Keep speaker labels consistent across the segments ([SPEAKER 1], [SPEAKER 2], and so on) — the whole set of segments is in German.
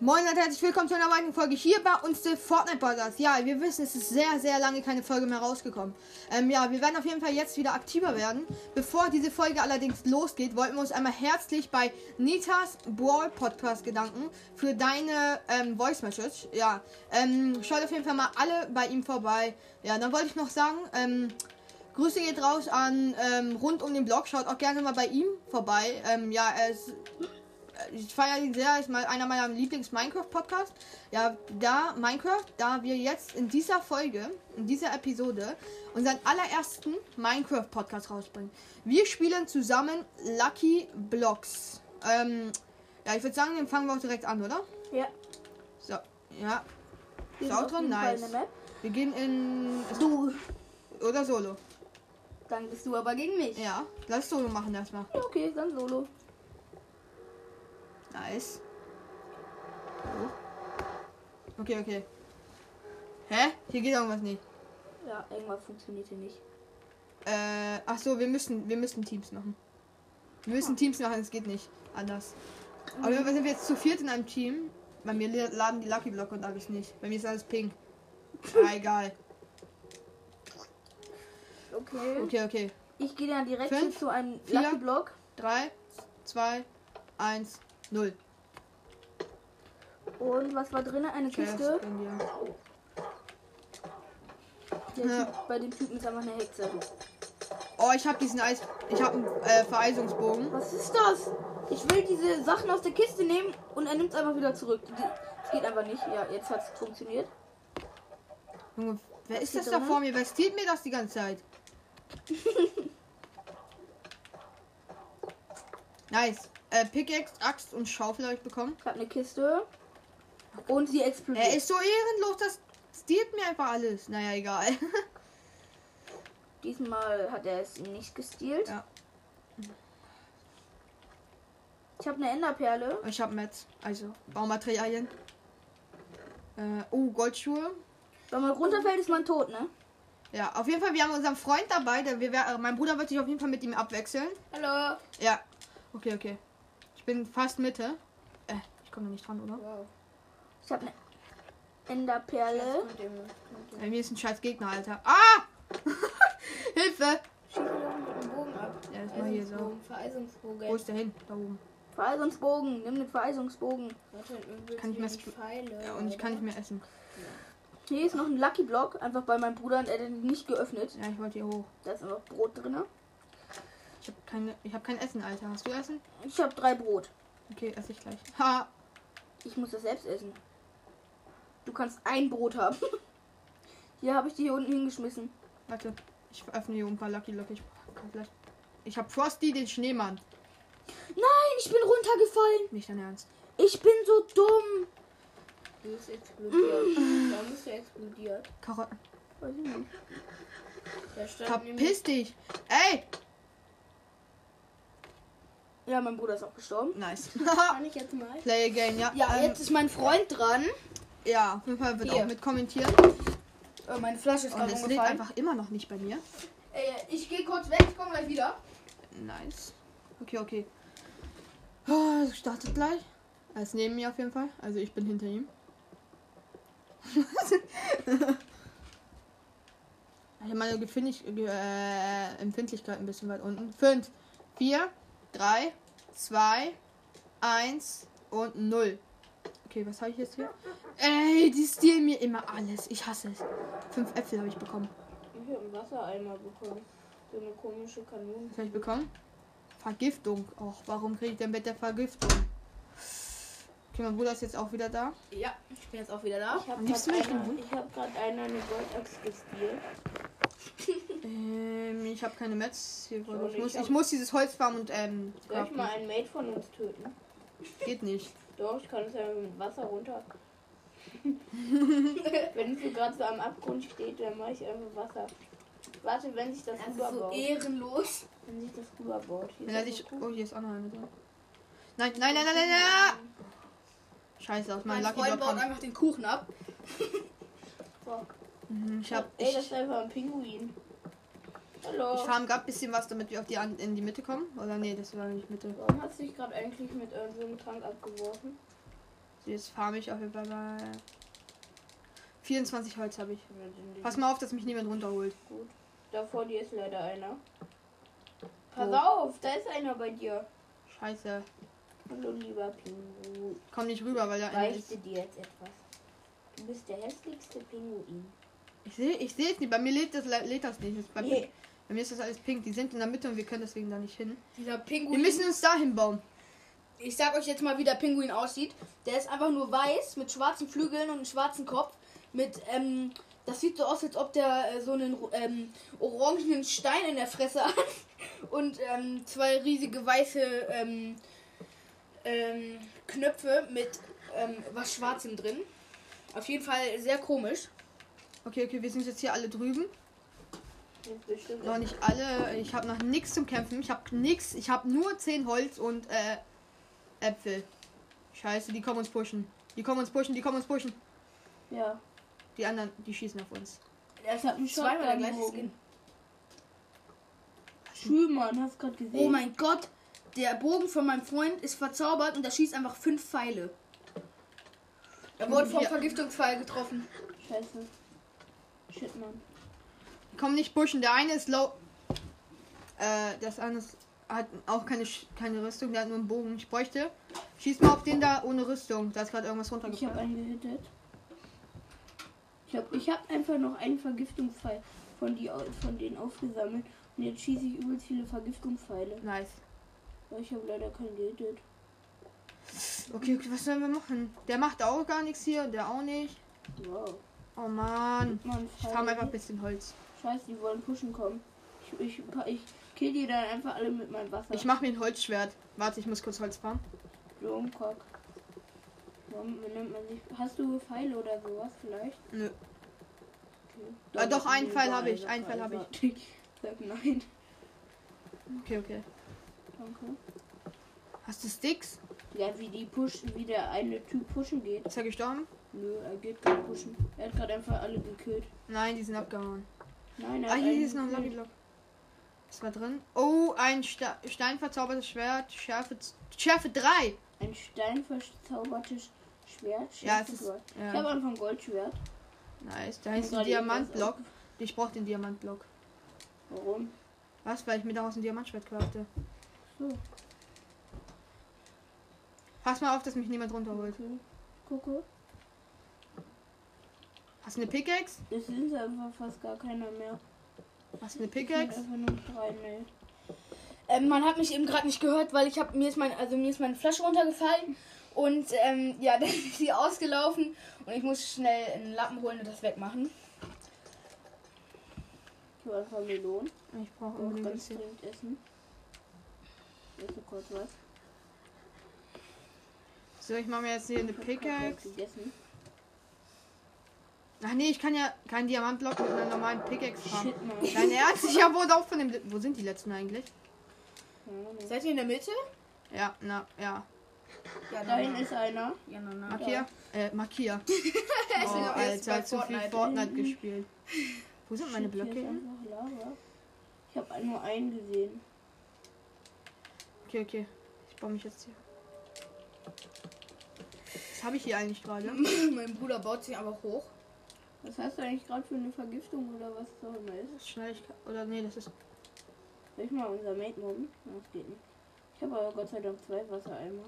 [SPEAKER 1] Moin und herzlich willkommen zu einer weiteren Folge hier bei uns der Fortnite Podcast. Ja, wir wissen, es ist sehr, sehr lange keine Folge mehr rausgekommen. Ähm, ja, wir werden auf jeden Fall jetzt wieder aktiver werden. Bevor diese Folge allerdings losgeht, wollten wir uns einmal herzlich bei Nitas Brawl Podcast bedanken für deine ähm, Voice Message. Ja, ähm, schaut auf jeden Fall mal alle bei ihm vorbei. Ja, dann wollte ich noch sagen, ähm, Grüße geht raus an ähm, rund um den Blog. Schaut auch gerne mal bei ihm vorbei. Ähm, ja, er ist ich feiere ihn sehr, ist mal einer meiner Lieblings-Minecraft-Podcast. Ja, da Minecraft, da wir jetzt in dieser Folge, in dieser Episode, unseren allerersten Minecraft-Podcast rausbringen. Wir spielen zusammen Lucky Blocks. Ähm, ja, ich würde sagen, den fangen wir auch direkt an, oder?
[SPEAKER 2] Ja.
[SPEAKER 1] So, ja.
[SPEAKER 2] hier
[SPEAKER 1] Ist
[SPEAKER 2] ist
[SPEAKER 1] auch
[SPEAKER 2] auf
[SPEAKER 1] drin,
[SPEAKER 2] jeden Fall
[SPEAKER 1] nice.
[SPEAKER 2] eine Map.
[SPEAKER 1] Wir gehen in.
[SPEAKER 2] Du,
[SPEAKER 1] Oder Solo.
[SPEAKER 2] dann bist du aber gegen mich.
[SPEAKER 1] Ja, lass Solo machen erstmal.
[SPEAKER 2] Ja, Okay, dann solo.
[SPEAKER 1] Nice. So. Okay, okay. Hä? Hier geht irgendwas nicht.
[SPEAKER 2] Ja, irgendwas funktioniert hier nicht.
[SPEAKER 1] Äh, ach so, wir müssen, wir müssen Teams machen. Wir müssen Teams machen, es geht nicht anders. Aber wir sind wir jetzt zu viert in einem Team. Bei mir la- laden die Lucky Block und alles nicht. Bei mir ist alles pink. Ah, egal.
[SPEAKER 2] Okay.
[SPEAKER 1] Okay, okay.
[SPEAKER 2] Ich gehe dann direkt
[SPEAKER 1] Fünf,
[SPEAKER 2] zu einem
[SPEAKER 1] vier.
[SPEAKER 2] Lucky Block.
[SPEAKER 1] Drei, zwei, eins, null.
[SPEAKER 2] Und was war drin? Eine Kiste.
[SPEAKER 1] Chef, in dir.
[SPEAKER 2] Der
[SPEAKER 1] Ja.
[SPEAKER 2] typ, bei dem Typen ist einfach eine Hexe.
[SPEAKER 1] Oh, ich hab diesen Eis. Ich hab einen äh, Vereisungsbogen.
[SPEAKER 2] Was ist das? Ich will diese Sachen aus der Kiste nehmen und er nimmt es einfach wieder zurück. Die- Es geht einfach nicht. Ja, jetzt hat es funktioniert.
[SPEAKER 1] Junge, wer ist
[SPEAKER 2] hier
[SPEAKER 1] das da
[SPEAKER 2] drin?
[SPEAKER 1] vor mir? Wer stiehlt mir das die ganze Zeit? nice. Äh, Pickaxe, Axt und Schaufel habe ich bekommen.
[SPEAKER 2] Ich habe eine Kiste. Und sie explodiert.
[SPEAKER 1] Er ist so ehrenlos, das stiehlt mir einfach alles. Naja, egal.
[SPEAKER 2] Diesmal hat er es ihm nicht gestealt.
[SPEAKER 1] Ja.
[SPEAKER 2] Ich habe eine Enderperle.
[SPEAKER 1] Ich habe Metz, also Baumaterialien. Äh, oh, Goldschuhe.
[SPEAKER 2] Wenn man runterfällt, ist man tot, ne?
[SPEAKER 1] Ja, auf jeden Fall, wir haben unseren Freund dabei. Der, wir, wer- äh, mein Bruder wird sich auf jeden Fall mit ihm abwechseln.
[SPEAKER 2] Hallo.
[SPEAKER 1] Ja. Okay, okay. Ich bin fast Mitte. Äh, ich komme nicht dran, oder?
[SPEAKER 3] Wow.
[SPEAKER 2] Ich ne habe eine Enderperle.
[SPEAKER 3] Mit dem, mit dem,
[SPEAKER 1] Bei mir ist ein scheiß Gegner, Alter. Ah! Hilfe!
[SPEAKER 3] schieß mir doch mit dem Bogen ab.
[SPEAKER 1] Ja, ist mal hier so.
[SPEAKER 3] Eisensbogen, Vereisungsbogen.
[SPEAKER 1] Wo ist der hin? Da oben.
[SPEAKER 2] Vereisungsbogen. Nimm den Vereisungsbogen.
[SPEAKER 3] Warte, irgendwie
[SPEAKER 1] Kann ich
[SPEAKER 3] sind
[SPEAKER 1] mir
[SPEAKER 3] die
[SPEAKER 1] das-
[SPEAKER 3] Pfeile, äh,
[SPEAKER 1] Ja, und ich kann nicht
[SPEAKER 3] oder?
[SPEAKER 1] mehr essen.
[SPEAKER 2] Hier ist noch ein Lucky Block. Einfach bei meinem Bruder und er hat den nicht geöffnet.
[SPEAKER 1] Ja, ich wollte hier hoch.
[SPEAKER 2] Da ist einfach Brot drin.
[SPEAKER 1] Ich habe keine, ich habe kein Essen, Alter. Hast du Essen?
[SPEAKER 2] Ich habe drei Brot.
[SPEAKER 1] Okay, esse ich gleich. Ha!
[SPEAKER 2] Ich muss das selbst essen. Du kannst ein Brot haben. Hier habe ich die hier unten hingeschmissen.
[SPEAKER 1] Warte, ich öffne hier ein paar Lucky Lucky. Ich komm gleich. Ich hab Frosty, den Schneemann.
[SPEAKER 2] Nein, ich bin runtergefallen.
[SPEAKER 1] Nicht dein Ernst.
[SPEAKER 2] Ich bin so dumm.
[SPEAKER 3] Du bist explodiert. Warum bist du explodiert?
[SPEAKER 1] Karotten.
[SPEAKER 2] Weiß ich nicht.
[SPEAKER 3] Da stand nämlich-
[SPEAKER 1] Verpiss dich. Ey!
[SPEAKER 2] Ja, mein Bruder ist auch gestorben.
[SPEAKER 1] Nice.
[SPEAKER 3] Kann ich jetzt mal?
[SPEAKER 1] Play again, ja.
[SPEAKER 4] Ja,
[SPEAKER 1] Ähm,
[SPEAKER 4] jetzt ist mein Freund dran.
[SPEAKER 1] ja, auf jeden Fall wird
[SPEAKER 4] Hier.
[SPEAKER 1] auch mit kommentieren.
[SPEAKER 4] Äh, meine Flasche ist
[SPEAKER 1] Und
[SPEAKER 4] gerade
[SPEAKER 1] es lädt
[SPEAKER 4] umgefallen.
[SPEAKER 1] einfach immer noch nicht bei mir.
[SPEAKER 4] Äh, ich gehe kurz weg, ich komme gleich wieder.
[SPEAKER 1] Nice. Okay, okay. Oh, es startet gleich. Er ist neben mir auf jeden Fall. Also ich bin hinter ihm. ich habe meine Gefindig äh, Empfindlichkeit ein bisschen weit unten. 5, 4, 3, 2, 1 und 0. Okay, was habe ich jetzt hier? Ey, die stehlen mir immer alles. Ich hasse es. Fünf Äpfel habe ich bekommen.
[SPEAKER 3] Ich habe einen Wassereimer bekommen. So eine komische Kanone.
[SPEAKER 1] Was habe ich bekommen? Vergiftung. Och, warum kriege ich denn mit der Vergiftung? Okay, mein Bruder ist jetzt auch wieder da.
[SPEAKER 4] Ja, ich bin jetzt auch wieder da.
[SPEAKER 3] Ich habe
[SPEAKER 1] Am liebsten
[SPEAKER 3] gerade
[SPEAKER 1] würde ich den Hund-
[SPEAKER 3] einer, ich hab grad einer eine Goldaxt gestielt.
[SPEAKER 1] Ähm, ich habe keine Metz. Hier wurde- Ich,
[SPEAKER 3] Ich auch
[SPEAKER 1] muss,
[SPEAKER 3] nicht.
[SPEAKER 1] ich muss dieses Holz farmen und ähm,
[SPEAKER 3] Soll ich
[SPEAKER 1] craften.
[SPEAKER 3] mal einen Mate von uns töten?
[SPEAKER 1] geht nicht.
[SPEAKER 3] Doch, ich kann es ja mit Wasser runter. wenn es so gerade so am Abgrund steht, dann mache ich einfach Wasser. Warte, wenn sich das,
[SPEAKER 4] Das ist so
[SPEAKER 3] rüberbaut.
[SPEAKER 4] ehrenlos.
[SPEAKER 3] wenn sich das rüberbaut. Hier
[SPEAKER 1] Wenn
[SPEAKER 3] ist
[SPEAKER 1] er
[SPEAKER 3] das
[SPEAKER 1] sich.
[SPEAKER 3] so cool.
[SPEAKER 1] Oh, hier ist auch noch einer drin. Nein, nein, nein, nein, nein, nein! Scheiße, aus
[SPEAKER 4] Mein,
[SPEAKER 1] meinem Lucky
[SPEAKER 4] Freund
[SPEAKER 1] Block.
[SPEAKER 4] baut
[SPEAKER 1] kommt-
[SPEAKER 4] einfach den Kuchen ab.
[SPEAKER 1] Mhm, Ich hab.
[SPEAKER 3] Ey, das
[SPEAKER 1] Ich,
[SPEAKER 3] ist einfach ein Pinguin. Hallo.
[SPEAKER 1] ich farm grad ein bisschen was, damit wir auf die an, in die Mitte kommen. Oder nee, das war nicht Mitte.
[SPEAKER 3] Warum hast du dich gerade eigentlich mit äh, so einem Trank abgeworfen?
[SPEAKER 1] So, Jetzt farme ich auf jeden Fall mal. 24 Holz habe ich. Pass mal auf, dass mich niemand runterholt.
[SPEAKER 3] Da vor dir ist leider einer. Pass
[SPEAKER 1] Wo?
[SPEAKER 3] auf, da ist einer bei dir.
[SPEAKER 1] Scheiße.
[SPEAKER 3] Hallo lieber Pingu.
[SPEAKER 1] Komm nicht rüber, weil da einer ist.
[SPEAKER 3] Beichte dir jetzt etwas. Du bist der hässlichste Pinguin.
[SPEAKER 1] Ich sehe ich seh's nicht. Bei mir lädt das, lädt das nicht. Das ist bei, mir,
[SPEAKER 3] Nee.
[SPEAKER 1] bei mir ist das alles pink. Die sind in der Mitte und wir können deswegen da nicht hin.
[SPEAKER 4] Dieser
[SPEAKER 1] Wir
[SPEAKER 4] Pinguin.
[SPEAKER 1] müssen uns dahin bauen.
[SPEAKER 4] ich sag euch jetzt mal, wie der Pinguin aussieht. Der ist einfach nur weiß mit schwarzen Flügeln und einem schwarzen Kopf. Mit, ähm, das sieht so aus, als ob der äh, so einen ähm, orangenen Stein in der Fresse hat. Und ähm, zwei riesige weiße ähm, ähm, Knöpfe mit ähm, was Schwarzem drin. Auf jeden Fall sehr komisch.
[SPEAKER 1] Okay, okay, wir sind jetzt hier alle drüben.
[SPEAKER 3] Du bist bestimmt
[SPEAKER 1] Noch nicht alle. Ich habe noch nichts zum Kämpfen. Ich habe nichts. Ich habe nur 10 Holz und äh, Äpfel. Scheiße, die kommen uns pushen. Die kommen uns pushen, die kommen uns pushen.
[SPEAKER 3] Ja.
[SPEAKER 1] Die anderen, die schießen auf uns.
[SPEAKER 4] Er halt hat
[SPEAKER 3] einen
[SPEAKER 4] zweimal der gleiche
[SPEAKER 3] Shotgun-Bogen.
[SPEAKER 4] Skin.
[SPEAKER 3] Schülmann, hast gerade gesehen.
[SPEAKER 4] Oh mein Gott, der Bogen von meinem Freund ist verzaubert und er schießt einfach fünf Pfeile. Er wurde vom
[SPEAKER 1] Ja.
[SPEAKER 4] Vergiftungspfeil getroffen.
[SPEAKER 3] Scheiße. Shit, Mann.
[SPEAKER 1] Die kommen nicht pushen. Der eine ist low. Äh, das andere ist- hat auch keine, Sch- keine Rüstung. Der hat nur einen Bogen. Ich bräuchte. Schieß mal auf den da ohne Rüstung. Da ist gerade irgendwas
[SPEAKER 3] Ich habe
[SPEAKER 1] runtergefallen.
[SPEAKER 3] einen gehittet. Ich habe ich hab einfach noch einen Vergiftungspfeil von, die, au- von denen aufgesammelt. Und jetzt schieße ich übelst viele Vergiftungspfeile.
[SPEAKER 1] Nice.
[SPEAKER 3] Aber ich habe leider keinen gehittet.
[SPEAKER 1] Okay, okay, was sollen wir machen? Der macht auch gar nichts hier. Der auch nicht.
[SPEAKER 3] Wow.
[SPEAKER 1] Oh Mann.
[SPEAKER 3] Mann,
[SPEAKER 1] Ich farm einfach ein bisschen Holz.
[SPEAKER 3] Scheiße, die wollen pushen kommen. Ich, ich, ich kill die dann einfach alle mit meinem Wasser.
[SPEAKER 1] Ich mach mir ein Holzschwert. Warte, ich muss kurz Holz fahren.
[SPEAKER 3] Domcock. Warum nennt man sich. Hast du Pfeile oder sowas vielleicht?
[SPEAKER 1] Nö.
[SPEAKER 3] Okay.
[SPEAKER 1] Ah, doch, einen Pfeil
[SPEAKER 3] überall
[SPEAKER 1] hab ich,
[SPEAKER 3] so
[SPEAKER 1] einen Pfeil hab
[SPEAKER 3] Pfeile. Ich sag nein.
[SPEAKER 1] Okay, okay.
[SPEAKER 3] Danke.
[SPEAKER 1] Hast du Sticks?
[SPEAKER 3] Ja, wie die pushen, wie der eine Typ pushen geht.
[SPEAKER 1] Ist er gestorben?
[SPEAKER 3] Nö, er geht gar nicht pushen. Er hat gerade einfach alle gekillt.
[SPEAKER 1] Nein, die sind abgehauen.
[SPEAKER 3] Nein, er
[SPEAKER 1] Ah,
[SPEAKER 3] hat
[SPEAKER 1] hier,
[SPEAKER 3] einen
[SPEAKER 1] hier ist noch ein Lucky
[SPEAKER 3] gekillt.
[SPEAKER 1] Block. Ist mal drin. Oh, ein Sta steinverzaubertes Schwert. Schärfe, Schärfe 3.
[SPEAKER 3] Ein steinverzaubertes Schwert.
[SPEAKER 1] Ja,
[SPEAKER 3] Schärfe
[SPEAKER 1] es ist.
[SPEAKER 3] drei. Ich habe
[SPEAKER 1] Ja.
[SPEAKER 3] einfach ein Goldschwert.
[SPEAKER 1] Nice. Da ist ein
[SPEAKER 3] Gerade
[SPEAKER 1] Diamantblock.
[SPEAKER 3] irgendwas
[SPEAKER 1] Ich brauch den Diamantblock.
[SPEAKER 3] auf- Warum?
[SPEAKER 1] Was? Weil ich mir daraus ein Diamantschwert kaufte.
[SPEAKER 3] So.
[SPEAKER 1] Pass mal auf, dass mich niemand runterholt.
[SPEAKER 3] Okay. Gucke.
[SPEAKER 1] Hast du eine Pickaxe?
[SPEAKER 3] Es sind einfach fast gar keiner mehr.
[SPEAKER 1] Hast du eine
[SPEAKER 3] Es sind
[SPEAKER 1] Pickaxe?
[SPEAKER 3] Einfach nur drei, ne.
[SPEAKER 4] Ähm, man hat mich eben gerade nicht gehört, weil ich habe mir ist mein, also mir ist meine Flasche runtergefallen und ähm, ja, dann ist sie ausgelaufen und ich muss schnell einen Lappen holen und das wegmachen.
[SPEAKER 3] Ich habe einfach Melonen.
[SPEAKER 1] Ich brauche
[SPEAKER 3] Und
[SPEAKER 1] unbedingt ein
[SPEAKER 3] ganz
[SPEAKER 1] bisschen.
[SPEAKER 3] dringend essen. Esse kurz was.
[SPEAKER 1] So, ich mache mir jetzt hier eine
[SPEAKER 3] Ich hab grad was
[SPEAKER 1] Pickaxe.
[SPEAKER 3] gegessen.
[SPEAKER 1] Ach nee, ich kann ja keinen Diamantblock mit einer normalen Pickaxe fahren.
[SPEAKER 3] Shit, Mann.
[SPEAKER 1] Dein Ernst? Ich habe wohl auch von dem. Le- Wo sind die letzten eigentlich?
[SPEAKER 3] Keine Ahnung.
[SPEAKER 4] Seid ihr in der Mitte?
[SPEAKER 1] Ja, na, ja.
[SPEAKER 4] Ja,
[SPEAKER 3] Da hinten ist einer.
[SPEAKER 4] Ja, na, na.
[SPEAKER 1] Markier? Äh, markier.
[SPEAKER 4] Ich
[SPEAKER 1] Oh,
[SPEAKER 4] bin auch erst bei
[SPEAKER 1] Alter, zu viel
[SPEAKER 4] Fortnite.
[SPEAKER 1] Fortnite gespielt. Wo sind meine
[SPEAKER 3] Shit, hier
[SPEAKER 1] Blöcke
[SPEAKER 3] ist
[SPEAKER 1] hin?
[SPEAKER 3] einfach Lava. Ich habe nur einen gesehen.
[SPEAKER 1] Okay, okay. Ich baue mich jetzt hier. Was habe ich hier eigentlich gerade?
[SPEAKER 4] Ne? mein Bruder baut sich einfach hoch.
[SPEAKER 3] Was hast du eigentlich gerade für eine Vergiftung oder was auch immer ist?
[SPEAKER 1] Schnelligkeit. Oder nee, das ist.
[SPEAKER 3] Soll ich mal unser Mate nehmen? Nein, Das geht nicht. Ich habe aber Gott sei Dank zwei Wassereimer.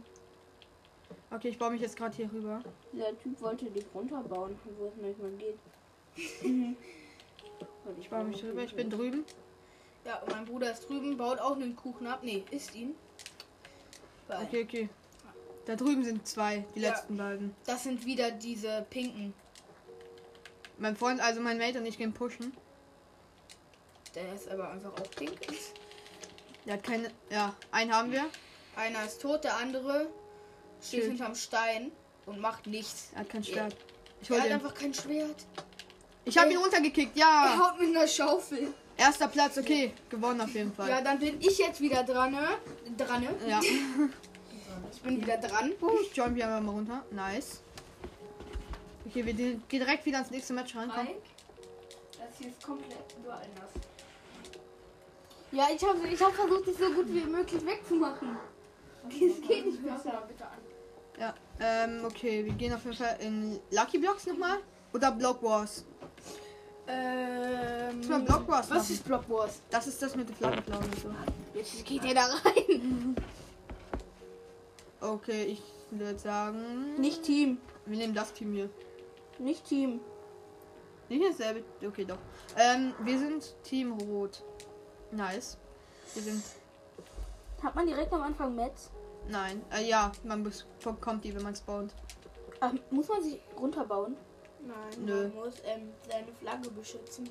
[SPEAKER 1] Okay, ich baue mich jetzt gerade hier rüber.
[SPEAKER 3] Dieser Typ wollte dich runterbauen, wo es nicht mal geht. Weil
[SPEAKER 1] Ich baue mich
[SPEAKER 3] noch
[SPEAKER 1] rüber. Ich bin
[SPEAKER 3] nicht-
[SPEAKER 1] drüben.
[SPEAKER 4] Ja, und mein Bruder ist drüben, baut auch einen Kuchen ab. Nee, isst ihn. Weil
[SPEAKER 1] Okay, okay. Da drüben sind zwei, die
[SPEAKER 4] Ja.
[SPEAKER 1] letzten beiden.
[SPEAKER 4] Das sind wieder diese pinken.
[SPEAKER 1] Mein Freund, also mein Mate und ich gehen pushen.
[SPEAKER 4] Der ist aber einfach auch pink.
[SPEAKER 1] Der hat keine. Ja, einen haben wir.
[SPEAKER 4] Einer ist tot, der andere steht
[SPEAKER 1] Schild.
[SPEAKER 4] hinterm Stein und macht nichts.
[SPEAKER 1] Er hat kein Schwert. Ich
[SPEAKER 4] Er
[SPEAKER 1] hol
[SPEAKER 4] hat
[SPEAKER 1] den.
[SPEAKER 4] einfach kein Schwert.
[SPEAKER 1] Ich habe ihn runtergekickt,
[SPEAKER 3] Ah.
[SPEAKER 4] Er
[SPEAKER 1] ja.
[SPEAKER 4] haut mit einer Schaufel.
[SPEAKER 1] Erster Platz, okay. Gewonnen auf jeden
[SPEAKER 4] Ja,
[SPEAKER 1] Fall.
[SPEAKER 4] dann bin ich jetzt wieder dran. ne? Dran. ne?
[SPEAKER 1] Ja.
[SPEAKER 4] Ich bin wieder dran.
[SPEAKER 1] Uh, ich jump hier einfach mal runter. Nice. Okay, wir gehen direkt wieder ins nächste Match rein. Komm.
[SPEAKER 4] Das hier ist komplett überall nass.
[SPEAKER 2] Ja, ich habe ich hab versucht, dich so gut wie möglich wegzumachen.
[SPEAKER 4] Das geht nicht. Hörst du mal bitte an.
[SPEAKER 1] Ja. Ähm, okay, wir gehen auf jeden Fall in Lucky Blocks nochmal. Oder Block Wars.
[SPEAKER 3] Äh.
[SPEAKER 4] Ähm,
[SPEAKER 1] Lass mal Block Wars
[SPEAKER 4] was
[SPEAKER 1] machen.
[SPEAKER 4] ist Block Wars?
[SPEAKER 1] Das ist das mit den Flaggen, glaube ich. So.
[SPEAKER 4] Jetzt geht er da rein.
[SPEAKER 1] Okay, ich würde sagen.
[SPEAKER 3] Nicht Team.
[SPEAKER 1] Wir nehmen das Team hier.
[SPEAKER 3] Nicht Team.
[SPEAKER 1] Nicht dasselbe. Okay, doch. Ähm, wir sind Team Rot. Nice. Wir sind.
[SPEAKER 3] Hat man direkt am Anfang Metz?
[SPEAKER 1] Nein. Äh, ja, man bes- bekommt die, wenn man spawnt.
[SPEAKER 3] Ach, Ähm, muss man sich runterbauen?
[SPEAKER 4] Nein,
[SPEAKER 1] Nö.
[SPEAKER 4] man muss ähm, seine Flagge beschützen.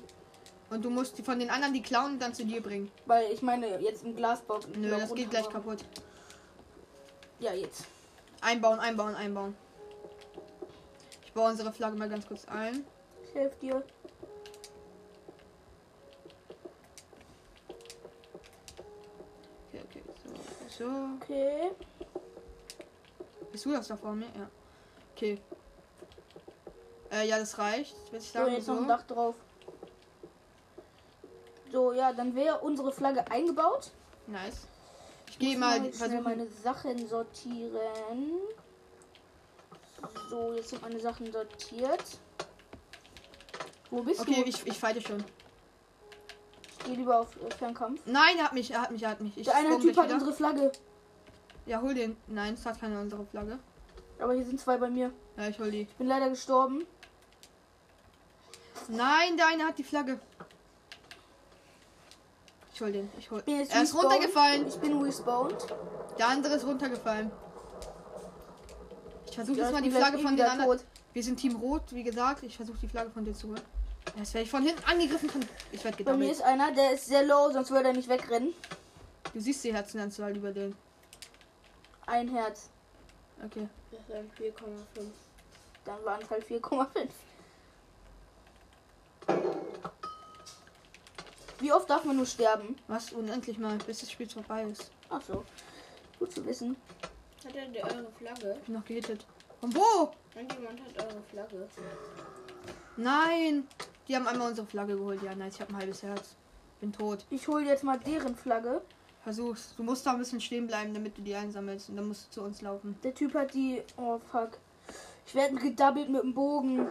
[SPEAKER 1] Und du musst die von den anderen die klauen und dann zu dir bringen.
[SPEAKER 3] Weil ich meine, jetzt im Glasbau.
[SPEAKER 1] Nö, das geht gleich kaputt.
[SPEAKER 3] Ja, jetzt.
[SPEAKER 1] Einbauen, einbauen, einbauen. Ich baue unsere Flagge mal ganz kurz ein.
[SPEAKER 3] Ich helfe dir.
[SPEAKER 1] Okay, okay. So. so.
[SPEAKER 3] Okay.
[SPEAKER 1] Bist du das da vor mir? Ja. Okay. Äh, ja, das reicht, würde ich
[SPEAKER 3] So,
[SPEAKER 1] sagen.
[SPEAKER 3] jetzt noch ein
[SPEAKER 1] So.
[SPEAKER 3] Dach drauf. So, ja, dann wäre unsere Flagge eingebaut.
[SPEAKER 1] Nice. Ich gehe
[SPEAKER 3] Muss
[SPEAKER 1] mal
[SPEAKER 3] jetzt schnell
[SPEAKER 1] versuchen.
[SPEAKER 3] meine Sachen sortieren. So, jetzt sind meine Sachen sortiert. Wo bist
[SPEAKER 1] Okay,
[SPEAKER 3] du? Ich,
[SPEAKER 1] ich, ich fighte schon.
[SPEAKER 3] gehe lieber auf äh, Fernkampf.
[SPEAKER 1] Nein, er hat mich, er hat mich, er hat mich. Ich
[SPEAKER 3] Der eine
[SPEAKER 1] spawn
[SPEAKER 3] Typ
[SPEAKER 1] gleich
[SPEAKER 3] hat
[SPEAKER 1] wieder.
[SPEAKER 3] unsere Flagge.
[SPEAKER 1] Ja, hol den. Nein, es hat keine unsere Flagge.
[SPEAKER 3] Aber hier sind zwei bei mir.
[SPEAKER 1] Ja, ich hol die.
[SPEAKER 3] Ich bin leider gestorben.
[SPEAKER 1] Nein, der eine hat die Flagge. Ich hol den. Ich hol.
[SPEAKER 3] Bin jetzt
[SPEAKER 1] Er ist
[SPEAKER 3] respawned.
[SPEAKER 1] runtergefallen.
[SPEAKER 3] Ich bin respawned.
[SPEAKER 1] Der andere ist runtergefallen. Ich versuche
[SPEAKER 3] Ja,
[SPEAKER 1] jetzt
[SPEAKER 3] ich
[SPEAKER 1] mal die
[SPEAKER 3] bin gleich
[SPEAKER 1] Flagge
[SPEAKER 3] eh
[SPEAKER 1] von den
[SPEAKER 3] wieder
[SPEAKER 1] anderen.
[SPEAKER 3] tot.
[SPEAKER 1] Wir sind Team Rot, wie gesagt. Ich versuche die Flagge von dir zu holen. Jetzt werde ich von hinten angegriffen. Von ich werde
[SPEAKER 3] Bei mir
[SPEAKER 1] gedoppelt.
[SPEAKER 3] ist einer, der ist sehr low, sonst würde er nicht wegrennen.
[SPEAKER 1] Du siehst die Herzenanzahl über den.
[SPEAKER 3] Ein Herz.
[SPEAKER 1] Okay.
[SPEAKER 4] Das sind 4,5.
[SPEAKER 3] Dann waren es halt 4,5. Wie oft darf man nur sterben?
[SPEAKER 1] Was unendlich mal, bis das Spiel vorbei ist.
[SPEAKER 3] Ach so. Gut zu wissen.
[SPEAKER 4] Hat er denn eure Flagge?
[SPEAKER 1] Ich bin noch gehittet. Und wo?
[SPEAKER 4] Irgendjemand hat eure Flagge.
[SPEAKER 1] Nein. Die haben einmal unsere Flagge geholt. Ja, nice. Ich habe ein halbes Herz. Bin tot.
[SPEAKER 3] Ich hole jetzt mal deren Flagge.
[SPEAKER 1] Versuch's. Du musst da ein bisschen stehen bleiben, damit du die einsammelst. Und dann musst du zu uns laufen.
[SPEAKER 3] Der Typ hat die. Oh fuck. Ich werde gedoubled mit dem Bogen.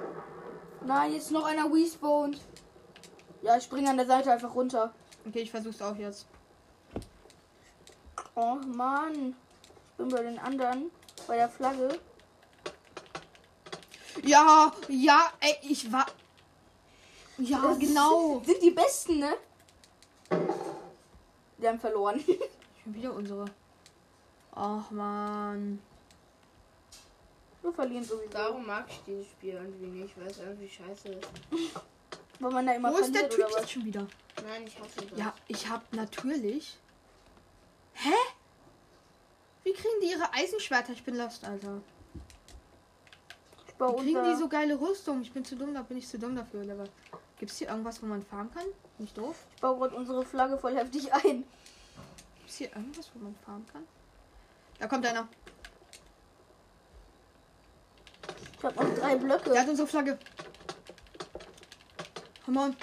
[SPEAKER 3] Nein, jetzt noch einer respawned. Ja, ich springe an der Seite einfach runter.
[SPEAKER 1] Okay, ich versuch's auch jetzt.
[SPEAKER 3] Oh Mann. Ich bin bei den anderen. Bei der Flagge.
[SPEAKER 1] Ja, ja, ey, ich war. Ja, genau.
[SPEAKER 3] Sind die besten, ne? Wir haben verloren.
[SPEAKER 1] Schon wieder unsere. Ach man.
[SPEAKER 3] Wir verlieren sowieso.
[SPEAKER 4] Darum mag ich dieses Spiel irgendwie nicht, weil es irgendwie scheiße ist.
[SPEAKER 3] Weil man da immer
[SPEAKER 1] Wo ist der
[SPEAKER 3] verliert,
[SPEAKER 1] Typ
[SPEAKER 3] oder
[SPEAKER 1] jetzt schon wieder?
[SPEAKER 4] Nein, ich hasse das.
[SPEAKER 1] Ja, ich hab natürlich. Hä? Wie kriegen die ihre Eisenschwerter? Ich bin lost, Alter.
[SPEAKER 3] was? Bei
[SPEAKER 1] Wie kriegen die
[SPEAKER 3] unserer-
[SPEAKER 1] so geile Rüstung? Ich bin zu dumm, da bin ich zu dumm dafür, oder was? Gibt's hier irgendwas, wo man fahren kann? Nicht doof?
[SPEAKER 3] Ich baue gerade unsere Flagge voll heftig ein.
[SPEAKER 1] Gibt's hier irgendwas, wo man fahren kann? Da kommt einer.
[SPEAKER 3] Ich habe noch drei Blöcke.
[SPEAKER 1] Der hat unsere Flagge. Come on.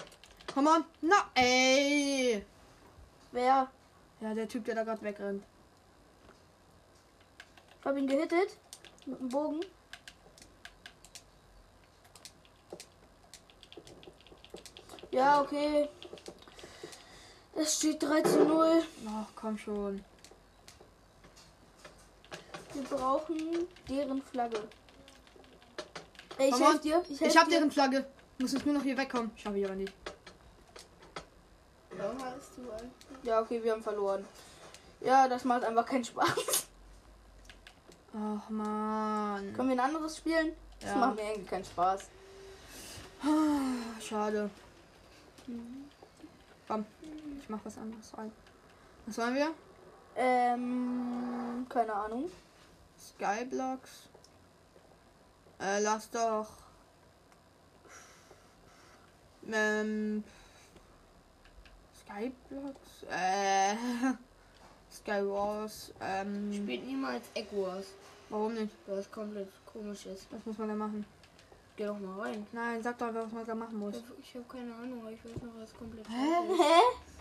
[SPEAKER 1] Come on. Na, ey.
[SPEAKER 3] Wer?
[SPEAKER 1] Ja, der Typ, der da gerade wegrennt.
[SPEAKER 3] Ich habe ihn gehittet. Mit dem Bogen. Ja, okay. Es steht 3 zu 0.
[SPEAKER 1] Ach, komm schon.
[SPEAKER 3] Wir brauchen deren Flagge. Ey, ich
[SPEAKER 1] Komm
[SPEAKER 3] helf
[SPEAKER 1] on.
[SPEAKER 3] dir. Ich, helf
[SPEAKER 1] Ich hab
[SPEAKER 3] dir.
[SPEAKER 1] deren Flagge. Muss jetzt nur noch hier wegkommen. Schaffe ich aber nicht.
[SPEAKER 4] Warum hast du ein?
[SPEAKER 3] Ja, okay, wir haben verloren. Ja, das macht einfach keinen Spaß.
[SPEAKER 1] Ach, man.
[SPEAKER 3] Können wir ein anderes spielen? Das
[SPEAKER 1] Ja.
[SPEAKER 3] macht mir irgendwie keinen Spaß.
[SPEAKER 1] Ah, Schade. Komm, ich mach was anderes rein. Was wollen wir?
[SPEAKER 3] Ähm, keine Ahnung.
[SPEAKER 1] Skyblocks. Äh, lass doch. Ähm. Skyblocks? Äh. Skywars. Ähm.
[SPEAKER 4] Spielt niemals Egg Wars,
[SPEAKER 1] Warum nicht?
[SPEAKER 4] weil es komplett komisch ist.
[SPEAKER 1] Was muss man da machen?
[SPEAKER 4] Geh doch mal rein.
[SPEAKER 1] Nein, sag doch einfach, was man da machen muss.
[SPEAKER 4] Ich hab- Ich habe keine Ahnung, aber ich weiß noch, was komplett
[SPEAKER 1] Hä?
[SPEAKER 4] scheiße ist.
[SPEAKER 3] Hä?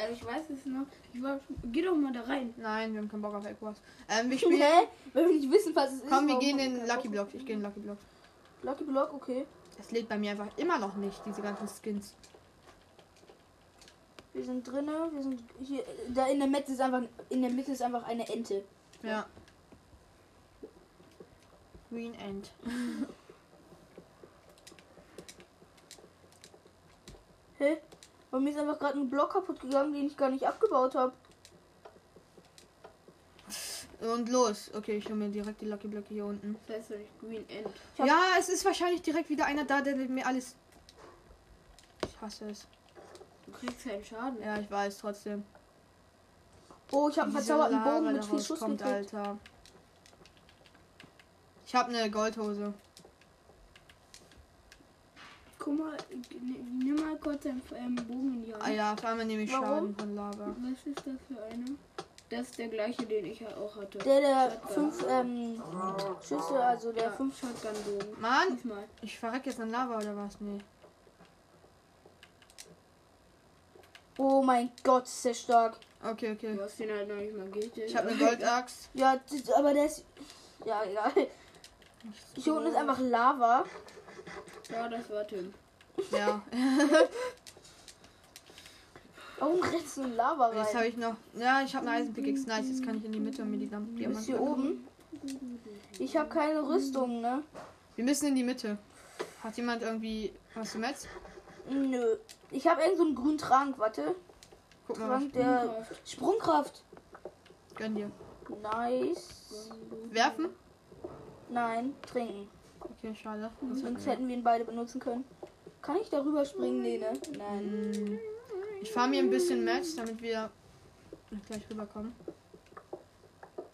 [SPEAKER 3] Also ich weiß es noch. Ich war, geh doch mal da rein.
[SPEAKER 1] Nein, wir haben keinen Bock auf Equas. Ähm, wir spielen.
[SPEAKER 2] Hä? Wenn wir nicht wissen, was es ist.
[SPEAKER 1] Komm, wir
[SPEAKER 2] warum
[SPEAKER 1] gehen
[SPEAKER 2] haben
[SPEAKER 1] in
[SPEAKER 2] keinen
[SPEAKER 1] Lucky
[SPEAKER 2] Bock?
[SPEAKER 1] Block. Ich gehe in Lucky Block.
[SPEAKER 2] Lucky Block, okay.
[SPEAKER 1] Das lädt bei mir einfach immer noch nicht, diese ganzen Skins.
[SPEAKER 2] Wir sind drinnen, wir sind hier. Da in der Mitte ist einfach in der Mitte ist einfach eine Ente.
[SPEAKER 1] Ja. Green End.
[SPEAKER 2] Hä? Bei mir ist einfach gerade ein Block kaputt gegangen, den ich gar nicht abgebaut habe.
[SPEAKER 1] Und los. Okay, ich hole mir direkt die Lucky Blöcke hier unten.
[SPEAKER 3] Das heißt doch nicht Green End.
[SPEAKER 2] Ich hab-
[SPEAKER 1] Ja, es ist wahrscheinlich direkt wieder einer da, der mir alles. Ich hasse es.
[SPEAKER 3] Du kriegst keinen Schaden.
[SPEAKER 1] Ja, ich weiß trotzdem.
[SPEAKER 2] Oh, ich habe einen
[SPEAKER 1] Diese
[SPEAKER 2] verzauberten
[SPEAKER 1] Lava
[SPEAKER 2] Bogen mit
[SPEAKER 1] daraus
[SPEAKER 2] viel Schuss
[SPEAKER 1] kommt, halt.
[SPEAKER 2] gekriegt.
[SPEAKER 1] Alter. Ich habe eine Goldhose.
[SPEAKER 3] Guck mal, g- nimm nimm mal kurz deinen ähm, Bogen in die Hand.
[SPEAKER 1] Ah ja, auf einmal nehme ich
[SPEAKER 2] Warum?
[SPEAKER 1] Schaden von Lava.
[SPEAKER 3] Was ist das für eine? Das ist der gleiche, den ich ja auch hatte.
[SPEAKER 2] Der, der
[SPEAKER 3] Shotgun.
[SPEAKER 2] fünf ähm, Schüsse, also der
[SPEAKER 3] ja,
[SPEAKER 2] fünf.
[SPEAKER 3] fünf Shotgun-Bogen.
[SPEAKER 1] Mann,
[SPEAKER 3] Diesmal.
[SPEAKER 1] ich verreck jetzt an Lava oder was? Nee.
[SPEAKER 2] Oh mein Gott, ist der stark.
[SPEAKER 1] Okay, okay.
[SPEAKER 3] Du hast den halt noch nicht mal gehittet.
[SPEAKER 1] Ich habe eine Goldaxt.
[SPEAKER 2] Ja, das, aber der ist. Ja, egal. Hier unten ist einfach Lava.
[SPEAKER 3] Ja, das war Tim.
[SPEAKER 1] Ja.
[SPEAKER 2] Warum rennst du in Lava
[SPEAKER 1] Und Jetzt habe
[SPEAKER 2] rein?
[SPEAKER 1] ich noch. Ja, ich habe eine Eisenpickaxe. Nice, jetzt kann ich in die Mitte und mir die Lampen
[SPEAKER 2] Hm, Du bist
[SPEAKER 1] Diamanten.
[SPEAKER 2] hier oben. Ich habe keine Rüstung, ne?
[SPEAKER 1] Wir müssen in die Mitte. Hat jemand irgendwie. Hast du Metz?
[SPEAKER 2] Nö. Ich habe irgend so einen grünen Trank, warte.
[SPEAKER 1] Guck mal,
[SPEAKER 2] Trank der Sprungkraft.
[SPEAKER 1] was. Gönn dir.
[SPEAKER 2] Nice.
[SPEAKER 1] Werfen?
[SPEAKER 2] Nein, trinken.
[SPEAKER 1] Okay, schade.
[SPEAKER 2] Sonst hätten wir ihn beide benutzen können. Kann ich darüber springen? Nee, ne? Nein.
[SPEAKER 1] Mm, Ich fahre mir ein bisschen Metz, damit wir gleich rüberkommen.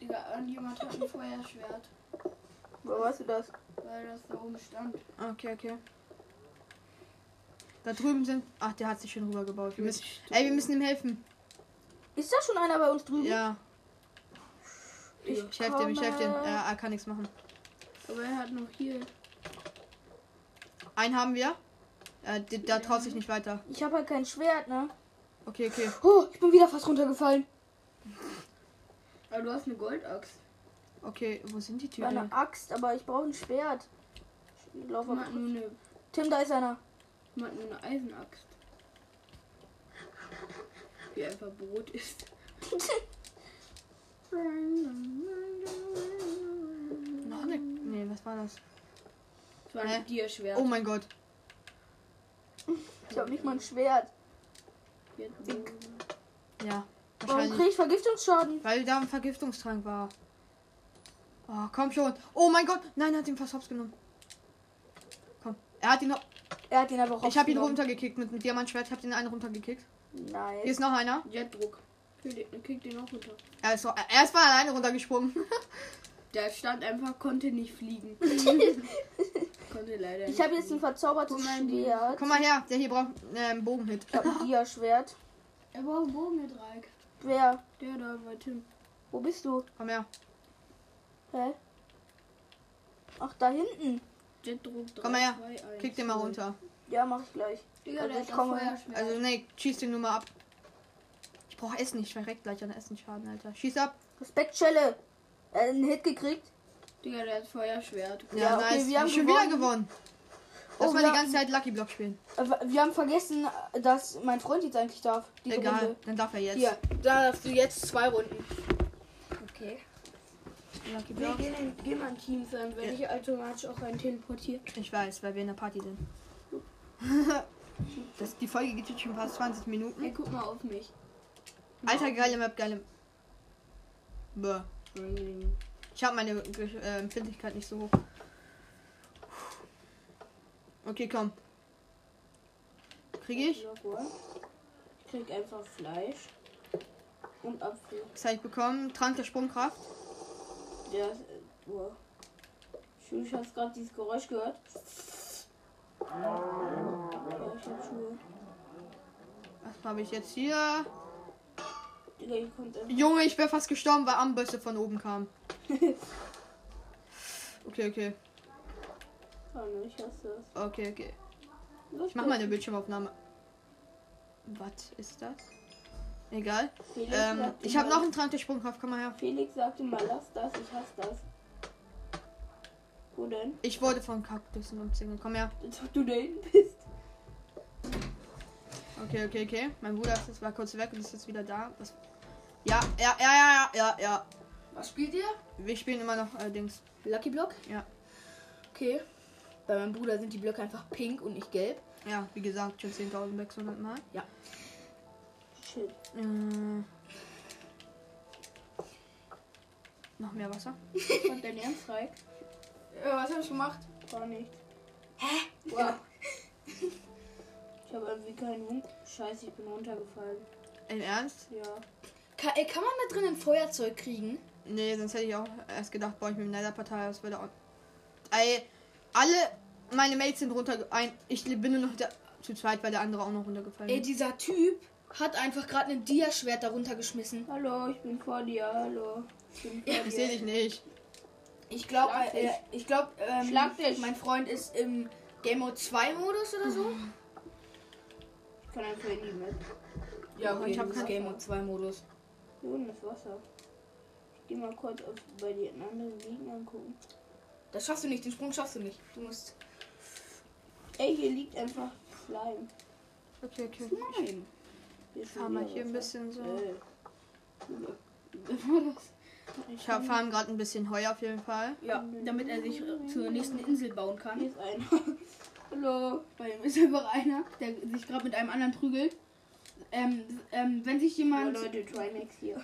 [SPEAKER 3] Digga, irgendjemand hat ein Feuerschwert,
[SPEAKER 2] Wo weißt du das?
[SPEAKER 3] weil das da oben stand.
[SPEAKER 1] Ah, Okay, okay. Da drüben sind. Ach, der hat sich schon rübergebaut. Wir müssen, ey, wir müssen ihm helfen.
[SPEAKER 2] Ist da schon einer bei uns drüben?
[SPEAKER 1] Ja,
[SPEAKER 2] Ich,
[SPEAKER 1] ich helfe dem, ich helfe dem.
[SPEAKER 2] komme.
[SPEAKER 1] Er, er kann nichts machen.
[SPEAKER 3] Aber er hat noch hier.
[SPEAKER 1] Einen haben wir. Äh, d- da traut sich nicht weiter.
[SPEAKER 2] Ich habe halt kein Schwert, ne?
[SPEAKER 1] Okay, okay.
[SPEAKER 2] Oh, ich bin wieder fast runtergefallen.
[SPEAKER 3] Aber du hast eine Goldaxt.
[SPEAKER 1] Okay, wo sind die
[SPEAKER 2] Ich habe
[SPEAKER 1] Typen?
[SPEAKER 2] eine Axt, aber ich brauche ein Schwert. Ich lauf
[SPEAKER 3] Man
[SPEAKER 2] mal.
[SPEAKER 3] hat nur eine,
[SPEAKER 2] Tim, da ist einer.
[SPEAKER 3] man hat nur eine Eisenaxt. Wie einfach Brot ist.
[SPEAKER 1] Noch eine. Nee, was war das?
[SPEAKER 3] Das war
[SPEAKER 1] Hä?
[SPEAKER 3] ein Dierschwert.
[SPEAKER 1] Oh mein Gott.
[SPEAKER 2] Ich habe nicht mal ein Schwert.
[SPEAKER 3] Jetzt-
[SPEAKER 1] Ja,
[SPEAKER 2] Warum kriege
[SPEAKER 1] wahrscheinlich.
[SPEAKER 2] ich Vergiftungsschaden?
[SPEAKER 1] Weil da ein Vergiftungstrank war. Oh, komm schon. Oh mein Gott. Nein, er hat ihn fast hops genommen. Komm. Er hat ihn noch.
[SPEAKER 2] Er hat ihn aber
[SPEAKER 1] Ich habe ihn
[SPEAKER 2] rausgenommen.
[SPEAKER 1] runtergekickt mit einem Diamantschwert. Ich habe den einen runtergekickt. Hier
[SPEAKER 2] Nice.
[SPEAKER 1] ist noch einer.
[SPEAKER 3] Jetdruck. Kick den- Kick den auch runter.
[SPEAKER 1] Er ist, er ist mal alleine runtergesprungen.
[SPEAKER 3] Der stand einfach, konnte nicht fliegen. konnte leider nicht.
[SPEAKER 2] Ich habe jetzt ein verzaubertes
[SPEAKER 3] Guck mal, die-
[SPEAKER 2] Schwert.
[SPEAKER 1] Komm mal her. Der hier braucht äh, einen Bogenhit.
[SPEAKER 2] Ich habe ein Dia-Schwert.
[SPEAKER 3] Er braucht einen Bogen mit Dreieck.
[SPEAKER 2] Wer?
[SPEAKER 3] Der da war Tim.
[SPEAKER 2] Wo bist du?
[SPEAKER 1] Komm her.
[SPEAKER 2] Hä? Ach, da hinten.
[SPEAKER 3] Jetdruck 3,
[SPEAKER 1] Komm mal her.
[SPEAKER 3] 2, 1.
[SPEAKER 1] Kick den mal runter.
[SPEAKER 2] Ja, mache ich gleich.
[SPEAKER 3] Digga,
[SPEAKER 2] Also
[SPEAKER 3] der hat
[SPEAKER 2] ich
[SPEAKER 3] das
[SPEAKER 2] komme-
[SPEAKER 3] Feuerschwert.
[SPEAKER 1] Also, nee, schieß den nur mal ab. Ich brauche Essen. Ich verreck gleich an Essenschaden, Alter. Schieß ab.
[SPEAKER 2] Respekt, Schelle. Er hat einen Hit gekriegt.
[SPEAKER 3] Digga, der hat Feuerschwert.
[SPEAKER 1] Ja,
[SPEAKER 2] Ja, okay,
[SPEAKER 1] nice.
[SPEAKER 2] wir haben
[SPEAKER 1] schon wieder gewonnen. Lass
[SPEAKER 2] Oh,
[SPEAKER 1] mal
[SPEAKER 2] wir
[SPEAKER 1] die
[SPEAKER 2] haben-
[SPEAKER 1] ganze Zeit Lucky Block spielen.
[SPEAKER 2] Äh, Wir haben vergessen, dass mein Freund jetzt eigentlich darf. Diese
[SPEAKER 1] Egal,
[SPEAKER 2] Runde.
[SPEAKER 1] dann darf er jetzt.
[SPEAKER 4] Hier, da darfst du jetzt zwei Runden.
[SPEAKER 3] Okay.
[SPEAKER 1] Lucky
[SPEAKER 3] Wir
[SPEAKER 1] Block.
[SPEAKER 3] gehen in, gehen mal in Teams an, werde ich
[SPEAKER 2] also-
[SPEAKER 3] automatisch auch rein teleportiert.
[SPEAKER 1] Ich weiß, weil wir in der Party sind. das, die Folge geht jetzt schon fast 20
[SPEAKER 3] Ey,
[SPEAKER 1] Minuten.
[SPEAKER 3] guck mal auf mich.
[SPEAKER 1] Alter, geile Map, geile. Bäh. Ich habe meine Ge- äh, Empfindlichkeit nicht so hoch. Okay, komm. Kriege ich?
[SPEAKER 3] Ich krieg einfach Fleisch. Und Apfel.
[SPEAKER 1] Das habe ich bekommen. Trank der Sprungkraft.
[SPEAKER 3] Der ist. äh, Boah. Schuhe, ich hab's gerade dieses Geräusch gehört. Ja, ich hab Schuhe.
[SPEAKER 1] Was habe ich jetzt hier?
[SPEAKER 3] Digga, hier kommt ein.
[SPEAKER 1] Junge, ich wäre fast gestorben, weil Armböste von oben kam. Okay, okay.
[SPEAKER 3] Pfanne, ich hasse das.
[SPEAKER 1] Okay, okay.
[SPEAKER 3] Was
[SPEAKER 1] Ich mach mal eine Bildschirmaufnahme. Was ist das? Egal.
[SPEAKER 3] Felix
[SPEAKER 1] Ähm,
[SPEAKER 3] sagte
[SPEAKER 1] ich habe
[SPEAKER 3] mal-
[SPEAKER 1] noch einen Trank der Sprungkraft. Komm mal her.
[SPEAKER 3] Felix sagte mal, lass das, ich hasse das. Wo denn?
[SPEAKER 1] Ich wurde von Kaktussen umzingelt. Komm her.
[SPEAKER 3] Ob du da hinten bist?
[SPEAKER 1] Okay, okay, okay. Mein Bruder ist jetzt mal kurz weg und ist jetzt wieder da. Was? Ja, ja, ja, ja, ja, ja, ja.
[SPEAKER 4] Was spielt ihr?
[SPEAKER 1] Wir spielen immer noch äh, Dings.
[SPEAKER 4] Lucky Block?
[SPEAKER 1] Ja.
[SPEAKER 4] Okay. Bei meinem Bruder sind die Blöcke einfach pink und nicht gelb.
[SPEAKER 1] Ja, wie gesagt, schon 10.600 Mal.
[SPEAKER 3] Shit.
[SPEAKER 1] Äh, noch mehr Wasser.
[SPEAKER 3] Und dein Ernst, Reik?
[SPEAKER 4] Ja, was habe ich gemacht?
[SPEAKER 3] Gar nichts. Hä?
[SPEAKER 4] Wow.
[SPEAKER 3] Ich habe irgendwie keinen Hund. Scheiße, ich bin runtergefallen.
[SPEAKER 1] Im Ernst?
[SPEAKER 3] Ja.
[SPEAKER 4] Kann, ey, äh, kann man da drin ein Feuerzeug kriegen?
[SPEAKER 1] Nee, sonst hätte ich auch erst gedacht, baue ich mit dem Nether-Partei, das würde auch. Ey, alle meine Mates sind runter. Ein, ich bin nur noch der, zu zweit, weil der andere auch noch runtergefallen
[SPEAKER 4] Ey,
[SPEAKER 1] ist.
[SPEAKER 4] dieser Typ hat einfach gerade ein Diaschwert darunter geschmissen.
[SPEAKER 3] Hallo, ich bin vor dir. Hallo. Ich bin vor
[SPEAKER 1] Ich
[SPEAKER 3] dir.
[SPEAKER 1] sehe dich nicht.
[SPEAKER 4] Ich glaube,
[SPEAKER 3] Schlag
[SPEAKER 4] äh,
[SPEAKER 3] dich.
[SPEAKER 4] ich glaube, ähm,
[SPEAKER 3] Schlag dich.
[SPEAKER 4] mein Freund ist im Game Mode 2 Modus oder so.
[SPEAKER 3] Ich kann einfach in die mit.
[SPEAKER 4] Ja,
[SPEAKER 1] okay,
[SPEAKER 4] Oh, ich habe
[SPEAKER 1] das ist
[SPEAKER 4] keinen Game Mode 2 Modus.
[SPEAKER 3] Hier unten ist Wasser. Ich geh mal kurz auf, bei den anderen Liegen angucken.
[SPEAKER 4] Das schaffst du nicht, den Sprung schaffst du nicht. Du musst.
[SPEAKER 3] Ey, hier liegt einfach Slime.
[SPEAKER 1] Okay,
[SPEAKER 4] Mhm.
[SPEAKER 1] okay.
[SPEAKER 4] Nein.
[SPEAKER 3] Hier ist
[SPEAKER 1] Ich fahr
[SPEAKER 3] schon
[SPEAKER 1] mal
[SPEAKER 3] wieder
[SPEAKER 1] hier ein
[SPEAKER 3] Wasser. Äh,
[SPEAKER 1] bisschen so.
[SPEAKER 3] Ey.
[SPEAKER 1] Ich habe farm gerade ein bisschen Heu auf jeden Fall.
[SPEAKER 4] Ja, damit er sich äh, zur nächsten Insel bauen
[SPEAKER 3] Hier
[SPEAKER 4] kann.
[SPEAKER 3] ist einer.
[SPEAKER 4] Hallo, bei ihm ist einfach einer, der sich gerade mit einem anderen prügelt. Ähm, ähm, wenn sich
[SPEAKER 3] Oh,
[SPEAKER 4] jemand,
[SPEAKER 3] Leute, Trimax hier.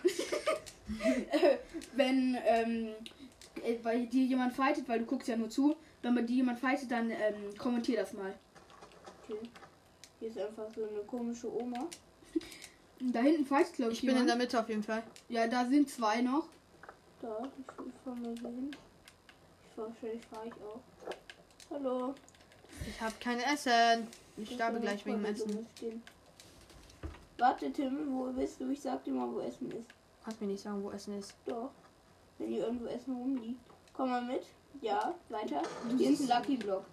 [SPEAKER 4] wenn ähm, äh, bei dir jemand fightet, weil du guckst ja nur zu, wenn bei dir jemand fightet, dann ähm, kommentier das mal.
[SPEAKER 3] Okay. Hier ist einfach so eine komische Oma.
[SPEAKER 4] Da hinten fightet glaube ich,
[SPEAKER 1] Ich bin in
[SPEAKER 4] jemand.
[SPEAKER 1] der Mitte auf jeden Fall.
[SPEAKER 4] Ja, da sind zwei noch.
[SPEAKER 3] Da, ich, ich fahr mal hier hin. Ich fahr, wahrscheinlich fahr ich auch. Hallo.
[SPEAKER 1] Ich habe kein Essen. Ich
[SPEAKER 3] Ich
[SPEAKER 1] sterbe
[SPEAKER 3] bin
[SPEAKER 1] gleich
[SPEAKER 3] voll
[SPEAKER 1] wegen dem
[SPEAKER 3] dumm
[SPEAKER 1] Essen.
[SPEAKER 3] stehen. Warte, Tim, wo bist du? Ich sag dir mal, wo Essen ist.
[SPEAKER 1] Kannst mir nicht sagen, wo Essen ist.
[SPEAKER 3] Doch. Wenn hier irgendwo Essen rumliegt. Komm mal mit. Ja, weiter. Hier ist ein Lucky Block.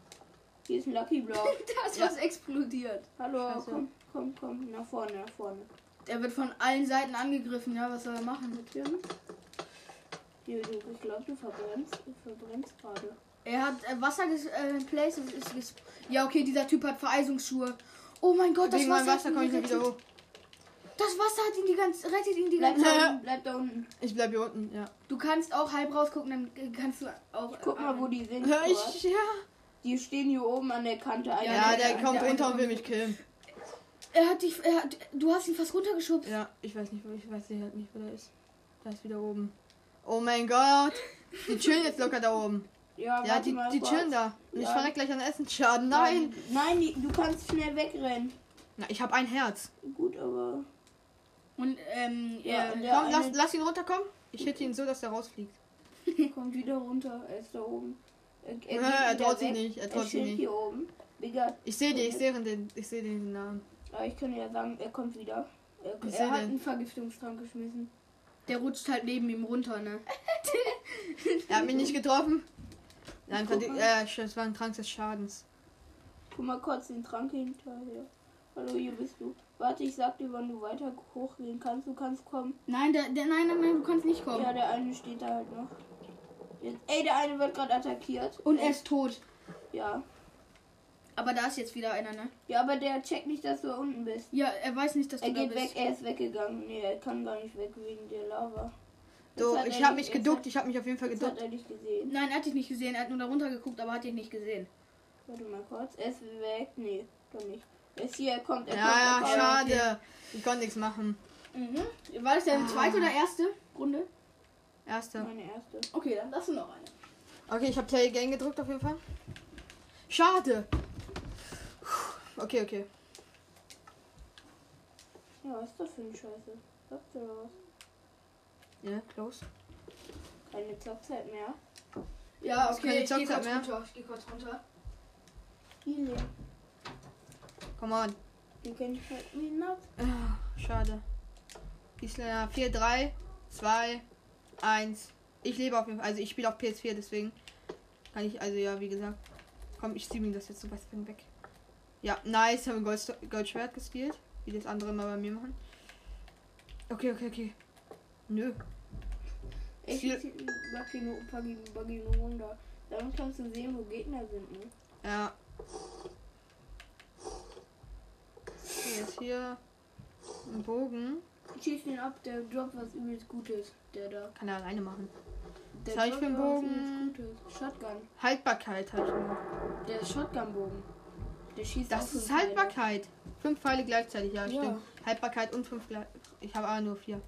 [SPEAKER 3] Hier ist ein Lucky Block.
[SPEAKER 4] Da ist
[SPEAKER 1] Ja.
[SPEAKER 4] was explodiert.
[SPEAKER 3] Hallo,
[SPEAKER 1] Scheiße.
[SPEAKER 3] komm, komm, komm. Nach vorne, nach vorne.
[SPEAKER 4] Der wird von allen Seiten angegriffen, ja, was soll er machen?
[SPEAKER 3] Tim. Hier, du, ich glaube, du verbrennst, du verbrennst gerade.
[SPEAKER 4] Er hat äh, Wasser ges äh, Place ist ges Ja, okay, dieser Typ hat Vereisungsschuhe. Oh mein Gott, das
[SPEAKER 1] Wegen meinem
[SPEAKER 4] Wasser,
[SPEAKER 1] Wasser
[SPEAKER 4] hat
[SPEAKER 1] komme
[SPEAKER 4] ihn
[SPEAKER 1] ich nicht
[SPEAKER 4] gerettet.
[SPEAKER 1] wieder hoch.
[SPEAKER 4] Das Wasser hat ihn die ganze rettet ihn die
[SPEAKER 3] Bleib
[SPEAKER 4] ganze
[SPEAKER 3] da unten, bleib da unten.
[SPEAKER 1] Ich bleib hier unten, ja.
[SPEAKER 4] Du kannst auch halb rausgucken, dann äh, kannst du auch ähm,
[SPEAKER 3] Guck mal, wo die sind.
[SPEAKER 1] Ja,
[SPEAKER 3] Boah,
[SPEAKER 1] ich, ja.
[SPEAKER 3] Die stehen hier oben an der Kante. Einer
[SPEAKER 1] ja
[SPEAKER 3] ist
[SPEAKER 1] der,
[SPEAKER 3] an-
[SPEAKER 1] kommt
[SPEAKER 4] der
[SPEAKER 1] runter
[SPEAKER 4] eine
[SPEAKER 1] und will mich killen.
[SPEAKER 4] Er hat dich er hat, du hast ihn fast runtergeschubst.
[SPEAKER 1] Ja, ich weiß nicht, wo ich weiß nicht, nicht, wo der ist. Da ist wieder oben. Oh mein Gott. Die chillen jetzt locker da oben.
[SPEAKER 3] Ja,
[SPEAKER 1] Ja,
[SPEAKER 3] warte
[SPEAKER 1] die,
[SPEAKER 3] mal
[SPEAKER 1] die
[SPEAKER 3] kurz.
[SPEAKER 1] chillen da. Und ich
[SPEAKER 3] Ja.
[SPEAKER 1] verreck gleich an Essensschaden. Nein.
[SPEAKER 3] Nein, die, du kannst schnell wegrennen.
[SPEAKER 1] Na, ich habe ein Herz.
[SPEAKER 3] Gut, aber.
[SPEAKER 4] Und ähm
[SPEAKER 3] Ja,
[SPEAKER 4] er-
[SPEAKER 3] der
[SPEAKER 1] Komm, lass,
[SPEAKER 3] eine
[SPEAKER 1] lass ihn runterkommen. Ich hätte ihn so, dass er rausfliegt.
[SPEAKER 3] kommt wieder runter. Er ist da oben. Er, geht
[SPEAKER 1] Äh, er
[SPEAKER 3] wieder
[SPEAKER 1] traut sich
[SPEAKER 3] weg.
[SPEAKER 1] nicht, er
[SPEAKER 3] Er
[SPEAKER 1] traut sich
[SPEAKER 3] steht
[SPEAKER 1] nicht.
[SPEAKER 3] hier oben. Digga,
[SPEAKER 1] Ich sehe den, ich sehe den, ich sehe den Namen.
[SPEAKER 3] aber ich kann ja sagen, er kommt wieder. Er,
[SPEAKER 1] Ich
[SPEAKER 3] er
[SPEAKER 1] seh
[SPEAKER 3] hat
[SPEAKER 1] den.
[SPEAKER 3] einen Vergiftungstrank geschmissen.
[SPEAKER 4] der rutscht halt neben ihm runter, ne?
[SPEAKER 1] Er hat mich nicht getroffen. Nein, verdi- äh, sch- es war ein Trank des Schadens.
[SPEAKER 3] Guck mal kurz den Trank hinterher. Hallo, hier bist du. Warte, ich sag dir, wann du weiter hochgehen kannst. Du kannst kommen.
[SPEAKER 4] Nein, der, der nein, nein, nein, du kannst nicht kommen.
[SPEAKER 3] Ja, der eine steht da halt noch. Jetzt, ey, der eine wird gerade attackiert.
[SPEAKER 4] Und er ist tot.
[SPEAKER 3] Ja.
[SPEAKER 4] Aber da ist jetzt wieder einer, ne?
[SPEAKER 3] Ja, aber der checkt nicht, dass du da unten bist.
[SPEAKER 4] Ja, er weiß nicht, dass du
[SPEAKER 3] Er
[SPEAKER 4] da
[SPEAKER 3] geht
[SPEAKER 4] bist.
[SPEAKER 3] weg, er ist weggegangen. Nee, er kann gar nicht weg wegen der Lava.
[SPEAKER 1] So,
[SPEAKER 3] Jetzt hat
[SPEAKER 1] ich
[SPEAKER 3] er
[SPEAKER 1] habe
[SPEAKER 3] dich-
[SPEAKER 1] mich
[SPEAKER 3] jetzt
[SPEAKER 1] geduckt, ich habe mich auf jeden Fall
[SPEAKER 3] Hat, jetzt hat
[SPEAKER 1] geduckt.
[SPEAKER 3] er dich gesehen.
[SPEAKER 4] Nein, er hat dich nicht gesehen. Er hat nur da runter geguckt, aber hat dich nicht gesehen.
[SPEAKER 3] Warte mal kurz. Er ist weg. Nee, doch nicht. Er ist hier, er kommt. Er kommt, er
[SPEAKER 1] Ja, ja,
[SPEAKER 3] kommt.
[SPEAKER 1] schade. Ich konnte nichts machen.
[SPEAKER 4] Mhm. War das deine zweite oder erste Runde?
[SPEAKER 1] Erster.
[SPEAKER 3] Meine erste.
[SPEAKER 4] Okay, dann lass du noch eine.
[SPEAKER 1] Okay, ich habe Play Again gedrückt auf jeden Fall. Schade. Okay, okay.
[SPEAKER 3] Ja, was ist das für eine Scheiße? Sagt er was?
[SPEAKER 1] Ja, close.
[SPEAKER 3] Keine Zockzeit mehr.
[SPEAKER 4] Ja,
[SPEAKER 1] Ist keine
[SPEAKER 4] okay, ich geh
[SPEAKER 1] Zockzeit
[SPEAKER 4] kurz
[SPEAKER 1] mehr.
[SPEAKER 4] runter. Ich geh kurz runter.
[SPEAKER 3] Ile.
[SPEAKER 1] Come on.
[SPEAKER 3] Wir können nicht halt mir nach.
[SPEAKER 1] Ah, Schade. Isländer 4, 3, 2, 1. Ich lebe auf jeden Fall. Also ich spiele auf PS4, deswegen kann ich, also ja, wie gesagt. Komm, ich streame das jetzt so weit von weg. Ja, nice, haben wir Gold, Goldschwert gespielt. Wie das andere immer bei mir machen. Okay, okay, okay. Nö.
[SPEAKER 3] Ich
[SPEAKER 1] Viel-
[SPEAKER 3] mag nur Opa gegen Buggy nur Wunder. Damit kannst du sehen, wo Gegner sind, ne?
[SPEAKER 1] Ja. Okay, jetzt hier. Ein Bogen.
[SPEAKER 3] Schieß den ab, der droppt was übelst Gutes. Der da.
[SPEAKER 1] Kann er alleine machen.
[SPEAKER 3] Der
[SPEAKER 1] Was hab ich für einen
[SPEAKER 3] droppt was
[SPEAKER 1] Bogen?
[SPEAKER 3] übelst Gutes. Shotgun.
[SPEAKER 1] Haltbarkeit halt nur.
[SPEAKER 3] Der Shotgun-Bogen. Der schießt auch
[SPEAKER 1] Das ist halt
[SPEAKER 3] fünf Pfeile.
[SPEAKER 1] Haltbarkeit. Fünf Pfeile gleichzeitig, ja,
[SPEAKER 3] Ja.
[SPEAKER 1] stimmt. Haltbarkeit und fünf gleich. Ich habe aber nur vier.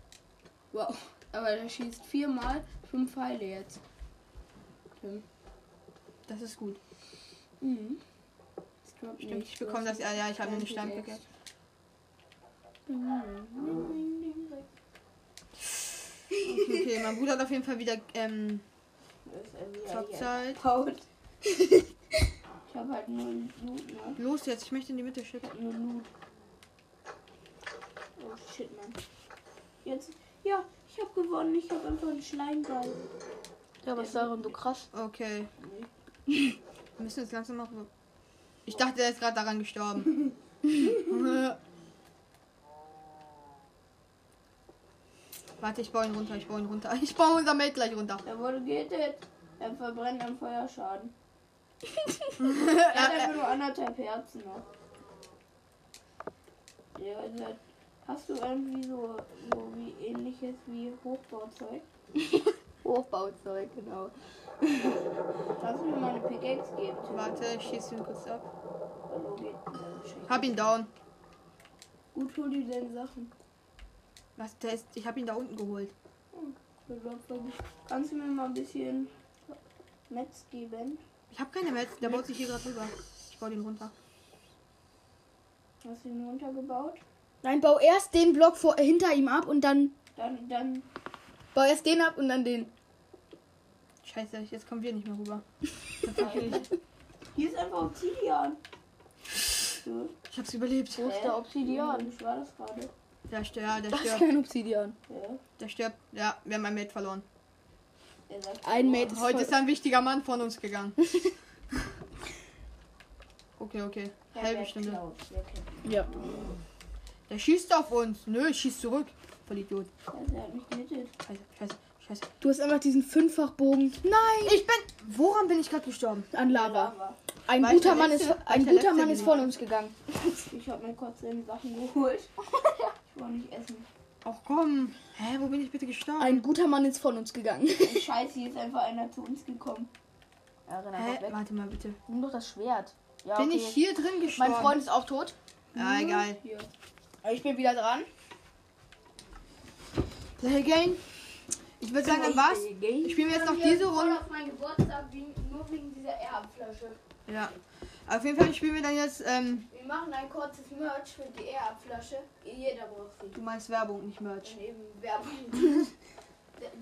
[SPEAKER 3] Wow. Aber der schießt viermal fünf Pfeile jetzt. Stimmt.
[SPEAKER 1] Das ist gut.
[SPEAKER 3] Mhm. Das droppt
[SPEAKER 1] Stimmt,
[SPEAKER 3] nicht.
[SPEAKER 1] ich bekomme das. Ja, ja, ich habe nur eine Steinpicke. Okay, okay, mein Bruder hat auf jeden Fall wieder ähm, Zockzeit.
[SPEAKER 3] Haut. ich habe halt nur Loot, ne?
[SPEAKER 1] Los jetzt, ich möchte in die Mitte schicken.
[SPEAKER 3] Nur Loot. Oh shit, Mann. Jetzt. Ja, ich habe gewonnen. Ich habe einfach einen Schleimball.
[SPEAKER 2] Ja, was ist daran so krass?
[SPEAKER 1] Okay. Wir müssen jetzt langsam machen. Ich dachte, er ist gerade daran gestorben. Warte, ich baue ihn runter, ich baue ihn runter. Ich baue unser Mate gleich runter.
[SPEAKER 3] Er wurde getötet. Er verbrennt am Feuerschaden. er hat
[SPEAKER 1] Äh, äh,
[SPEAKER 3] einfach nur anderthalb Herzen noch. Ja, also, hast du irgendwie so, so wie ähnliches wie Hochbauzeug?
[SPEAKER 2] Hochbauzeug, genau.
[SPEAKER 3] Kannst du mir meine Pickaxe geben? Tim?
[SPEAKER 1] Warte, ich schieße ihn kurz ab.
[SPEAKER 3] Hallo, geht denn? Scheiße.
[SPEAKER 1] Hab ihn down.
[SPEAKER 3] Gut, hol dir deine Sachen.
[SPEAKER 1] Was, der ist, ich hab ihn da unten geholt.
[SPEAKER 3] Verlobung. Kannst du mir mal ein bisschen Metz geben?
[SPEAKER 1] Ich hab keine Mats, der baut sich hier gerade rüber. Ich baue den runter.
[SPEAKER 3] Hast du ihn runtergebaut?
[SPEAKER 2] Nein, bau erst den Block vor, äh, hinter ihm ab und dann.
[SPEAKER 3] Dann, dann,
[SPEAKER 2] Bau erst den ab und dann den.
[SPEAKER 1] Scheiße, jetzt kommen wir nicht mehr rüber. Verficklich.
[SPEAKER 3] hier ist einfach Obsidian. So,
[SPEAKER 1] Ich hab's überlebt.
[SPEAKER 2] Wo ist der Obsidian?
[SPEAKER 3] ich war das gerade.
[SPEAKER 1] Der stört, der
[SPEAKER 2] Das ist
[SPEAKER 1] stirbt,
[SPEAKER 2] kein Obsidian.
[SPEAKER 3] Ja,
[SPEAKER 1] der stirbt. Ja, wir haben ein Mate verloren.
[SPEAKER 3] er sagt,
[SPEAKER 2] Ein Mate ist
[SPEAKER 1] Heute
[SPEAKER 2] voll-
[SPEAKER 1] ist ein wichtiger Mann von uns gegangen. Okay, okay.
[SPEAKER 3] ja,
[SPEAKER 1] Halbe
[SPEAKER 3] wer
[SPEAKER 1] Stunde.
[SPEAKER 3] klaut, wer kennt ihn?
[SPEAKER 2] Ja.
[SPEAKER 1] Der schießt auf uns. Nö, ich schieß zurück. Voll Idiot.
[SPEAKER 3] Also, er hat mich getötet.
[SPEAKER 1] Scheiße, scheiße, scheiße.
[SPEAKER 2] Du hast einfach diesen Fünffachbogen. Nein!
[SPEAKER 1] Ich bin. Woran bin ich gerade gestorben?
[SPEAKER 2] An Lava.
[SPEAKER 3] Aber
[SPEAKER 2] Ein
[SPEAKER 1] War ich
[SPEAKER 2] guter
[SPEAKER 1] der
[SPEAKER 2] Mann ist,
[SPEAKER 1] Letzte? War
[SPEAKER 2] ein
[SPEAKER 1] ich der
[SPEAKER 2] guter
[SPEAKER 1] Letzte
[SPEAKER 2] Mann ist
[SPEAKER 1] gewesen?
[SPEAKER 2] von uns gegangen.
[SPEAKER 3] ich hab mir kurz seine Sachen geholt. Ich wollte nicht essen.
[SPEAKER 1] Ach komm. Hä, wo bin ich bitte gestorben?
[SPEAKER 2] Ein guter Mann ist von uns gegangen.
[SPEAKER 3] Und Scheiße, hier ist einfach einer zu uns gekommen.
[SPEAKER 2] Erinnert
[SPEAKER 1] Hä, warte mal bitte.
[SPEAKER 2] Nimm doch das Schwert. Ja,
[SPEAKER 1] Bin ich hier drin gestorben?
[SPEAKER 2] Mein Freund ist auch tot.
[SPEAKER 1] Ja, egal.
[SPEAKER 3] Hier.
[SPEAKER 2] Ich bin wieder dran.
[SPEAKER 1] Play again. Ich würde sagen, dann war's. Ich spiele mir jetzt noch diese Runde.
[SPEAKER 4] auf meinen Geburtstag wegen, nur wegen dieser Erbflasche.
[SPEAKER 1] Ja. Auf jeden Fall spielen wir dann jetzt. Ähm,
[SPEAKER 4] Wir machen ein kurzes Merch für die Erbflasche. Jeder braucht sie.
[SPEAKER 1] du meinst Werbung, nicht Merch.
[SPEAKER 4] Und eben Werbung.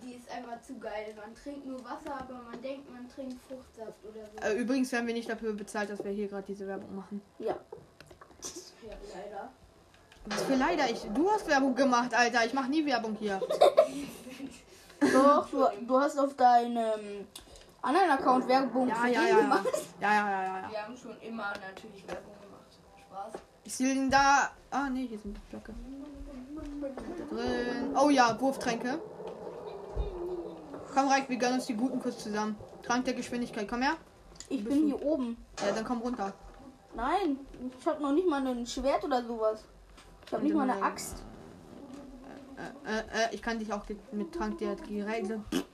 [SPEAKER 4] die ist einfach zu geil. Man trinkt nur Wasser, aber man denkt, man trinkt Fruchtsaft oder so.
[SPEAKER 1] Äh, übrigens werden wir nicht dafür bezahlt, dass wir hier gerade diese Werbung machen.
[SPEAKER 4] Ja, leider.
[SPEAKER 1] Was für leider ich. Du hast Werbung gemacht, Alter. Ich mache nie Werbung hier.
[SPEAKER 2] Doch, du, du hast auf deinem anderen Account Werbung
[SPEAKER 1] Ja,
[SPEAKER 2] für
[SPEAKER 1] ja,
[SPEAKER 2] ihn
[SPEAKER 1] ja.
[SPEAKER 2] gemacht.
[SPEAKER 1] Ja, ja, ja, ja, ja.
[SPEAKER 4] Wir haben schon immer natürlich Werbung gemacht. Spaß.
[SPEAKER 1] Ich sehe ihn da. Ah, nee, hier sind Blöcke. Da drin. Oh ja, Wurftränke. Komm, Reich, wir gönnen uns die guten Kuss zusammen. Trank der Geschwindigkeit, komm her.
[SPEAKER 2] Ich bin hier oben.
[SPEAKER 1] Ja, dann komm runter.
[SPEAKER 2] Nein, ich habe noch nicht mal ein Schwert oder sowas. Ich habe nicht mal eine Axt.
[SPEAKER 1] Äh, äh, ich kann dich auch ge- mit Trank der direkt.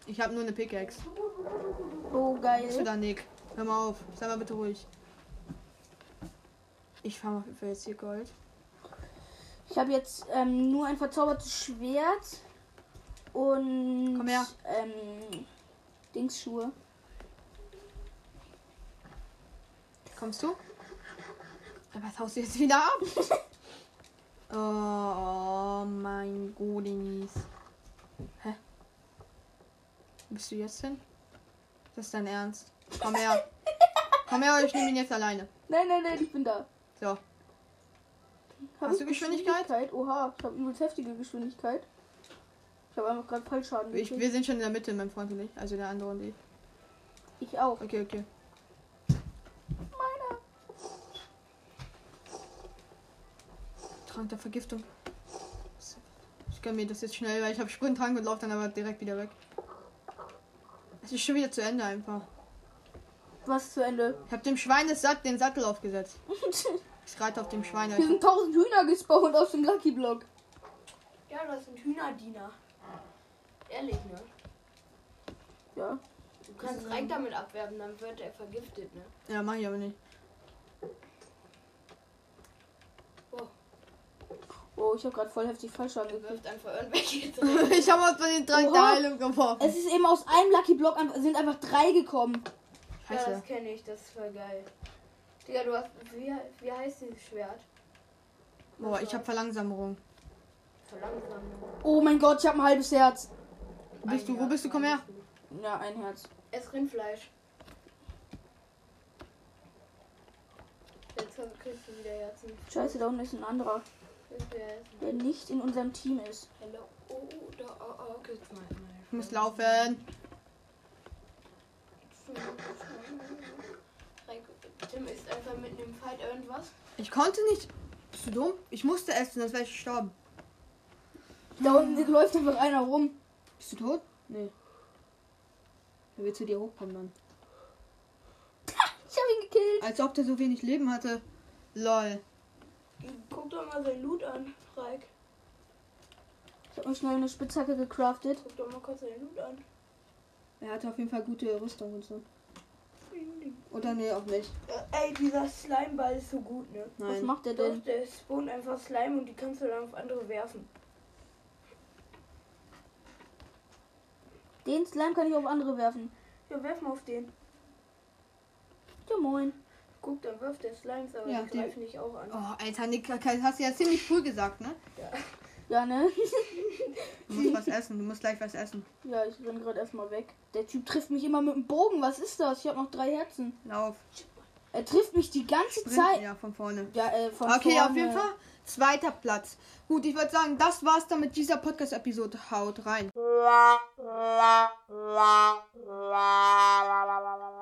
[SPEAKER 1] Ich habe nur eine Pickaxe.
[SPEAKER 2] So
[SPEAKER 1] Bist du
[SPEAKER 2] Oh, geil.
[SPEAKER 1] da, Nick? Hör mal auf. Sei mal bitte ruhig. Ich fahre auf jeden Fall jetzt hier Gold.
[SPEAKER 2] Ich habe jetzt ähm, nur ein verzaubertes Schwert und
[SPEAKER 1] Komm her.
[SPEAKER 2] Ähm, Dingsschuhe.
[SPEAKER 1] Kommst du? Was haust du jetzt wieder ab? oh mein Godinies. Hä? Wo Bist du jetzt hin? Das ist dein Ernst. Komm her. Komm her, oder ich nehme ihn jetzt alleine.
[SPEAKER 2] Nein, nein, nein, ich bin da.
[SPEAKER 1] So.
[SPEAKER 2] Hab
[SPEAKER 1] Hast
[SPEAKER 2] ich
[SPEAKER 1] du Geschwindigkeit?
[SPEAKER 2] Oha, ich habe übelst heftige Geschwindigkeit. Ich habe einfach gerade Fallschaden
[SPEAKER 1] Ich,
[SPEAKER 2] gekriegt.
[SPEAKER 1] wir sind schon in der Mitte, mein Freund und ich. Also der andere und ich.
[SPEAKER 2] Ich auch.
[SPEAKER 1] Okay, okay.
[SPEAKER 2] Meiner.
[SPEAKER 1] Trank der Vergiftung. So, Ich gönn mir das jetzt schnell, weil ich habe Sprinttrank und laufe dann aber direkt wieder weg. Es ist schon wieder zu Ende einfach.
[SPEAKER 2] Was zu Ende?
[SPEAKER 1] Ich habe dem Schwein das Sat den Sattel aufgesetzt. Ich reite auf dem Schwein.
[SPEAKER 2] Hier
[SPEAKER 1] Alter.
[SPEAKER 2] sind tausend Hühner gespawnt aus dem Lucky Block.
[SPEAKER 3] Ja, das sind Hühnerdiener. Ehrlich, ne?
[SPEAKER 2] Ja.
[SPEAKER 3] Du kannst Reik damit abwerben, dann wird er vergiftet, ne?
[SPEAKER 1] Ja, mache ich aber nicht.
[SPEAKER 2] Oh, ich habe gerade voll heftig falsch
[SPEAKER 3] Er
[SPEAKER 2] angegriffen.
[SPEAKER 3] wirft einfach irgendwelche Dreck.
[SPEAKER 1] Ich habe aus den Trank der
[SPEAKER 2] Oha.
[SPEAKER 1] Heilung geworfen.
[SPEAKER 2] Es ist eben aus einem Lucky Block an- sind einfach drei gekommen.
[SPEAKER 3] Ja, das
[SPEAKER 1] Scheiße.
[SPEAKER 3] kenne ich, das ist voll geil. Digga, du hast. Wie, wie heißt dieses Schwert?
[SPEAKER 1] Boah, ich habe Verlangsamung.
[SPEAKER 3] Verlangsamung.
[SPEAKER 2] Oh mein Gott, ich habe ein halbes Herz.
[SPEAKER 1] Wo bist
[SPEAKER 3] Ein
[SPEAKER 1] du? Wo
[SPEAKER 3] Jahr,
[SPEAKER 1] bist du? Komm her.
[SPEAKER 2] Ja, ein Herz.
[SPEAKER 3] Ess Rindfleisch. Jetzt kriegst du wieder Herzen.
[SPEAKER 2] Scheiße, da unten ist ein anderer,
[SPEAKER 3] Kriegst du wieder Herzen.
[SPEAKER 2] der nicht in unserem Team ist.
[SPEAKER 3] Hallo. Oh, da. Oh, oh, geht's mal.
[SPEAKER 1] Ich muss laufen.
[SPEAKER 3] Tim ist einfach mitten im Fight irgendwas.
[SPEAKER 1] Ich konnte nicht. Bist du dumm? Ich musste essen, sonst wäre ich gestorben.
[SPEAKER 2] Da
[SPEAKER 3] Ah.
[SPEAKER 2] unten läuft einfach einer rum.
[SPEAKER 1] Bist du tot?
[SPEAKER 2] Nee.
[SPEAKER 1] Er will zu dir hochkommen dann.
[SPEAKER 2] Ich habe ihn gekillt.
[SPEAKER 1] Als ob der so wenig Leben hatte. Lol.
[SPEAKER 3] Guck doch mal sein Loot an, Reik.
[SPEAKER 2] Ich habe mir schnell eine Spitzhacke gecraftet.
[SPEAKER 3] Guck doch mal kurz sein Loot an.
[SPEAKER 1] Er hatte auf jeden Fall gute Rüstung und so. Oder nee, auch nicht.
[SPEAKER 3] Äh, Ey, dieser Slimeball ist so gut, ne?
[SPEAKER 2] Was
[SPEAKER 1] Nein.
[SPEAKER 2] macht der
[SPEAKER 3] Doch,
[SPEAKER 2] denn?
[SPEAKER 3] der spawnt einfach Slime und die kannst du dann auf andere werfen.
[SPEAKER 2] Den Slime kann ich auf andere werfen.
[SPEAKER 3] Ja, werf mal auf den.
[SPEAKER 2] Ja, moin.
[SPEAKER 3] Guck, dann wirft der Slimes, aber
[SPEAKER 1] Ja,
[SPEAKER 3] die
[SPEAKER 1] die-
[SPEAKER 3] greifen dich auch an.
[SPEAKER 1] Oh, Alter, Nick, das hast du ja ziemlich cool gesagt, ne?
[SPEAKER 2] Ja, ne?
[SPEAKER 1] Du musst was essen, du musst gleich was essen.
[SPEAKER 2] Ja, ich renn gerade erstmal weg. Der Typ trifft mich immer mit dem Bogen. Was ist das? Ich habe noch drei Herzen.
[SPEAKER 1] Lauf.
[SPEAKER 2] Er trifft mich die ganze
[SPEAKER 1] Sprinten,
[SPEAKER 2] Zeit.
[SPEAKER 1] ja, von vorne.
[SPEAKER 2] Ja, äh, von
[SPEAKER 1] Okay,
[SPEAKER 2] vorne.
[SPEAKER 1] auf jeden Fall. Zweiter Platz. Gut, ich würde sagen, das war's dann mit dieser Podcast-Episode. Haut rein.
[SPEAKER 5] la la la la la la la la la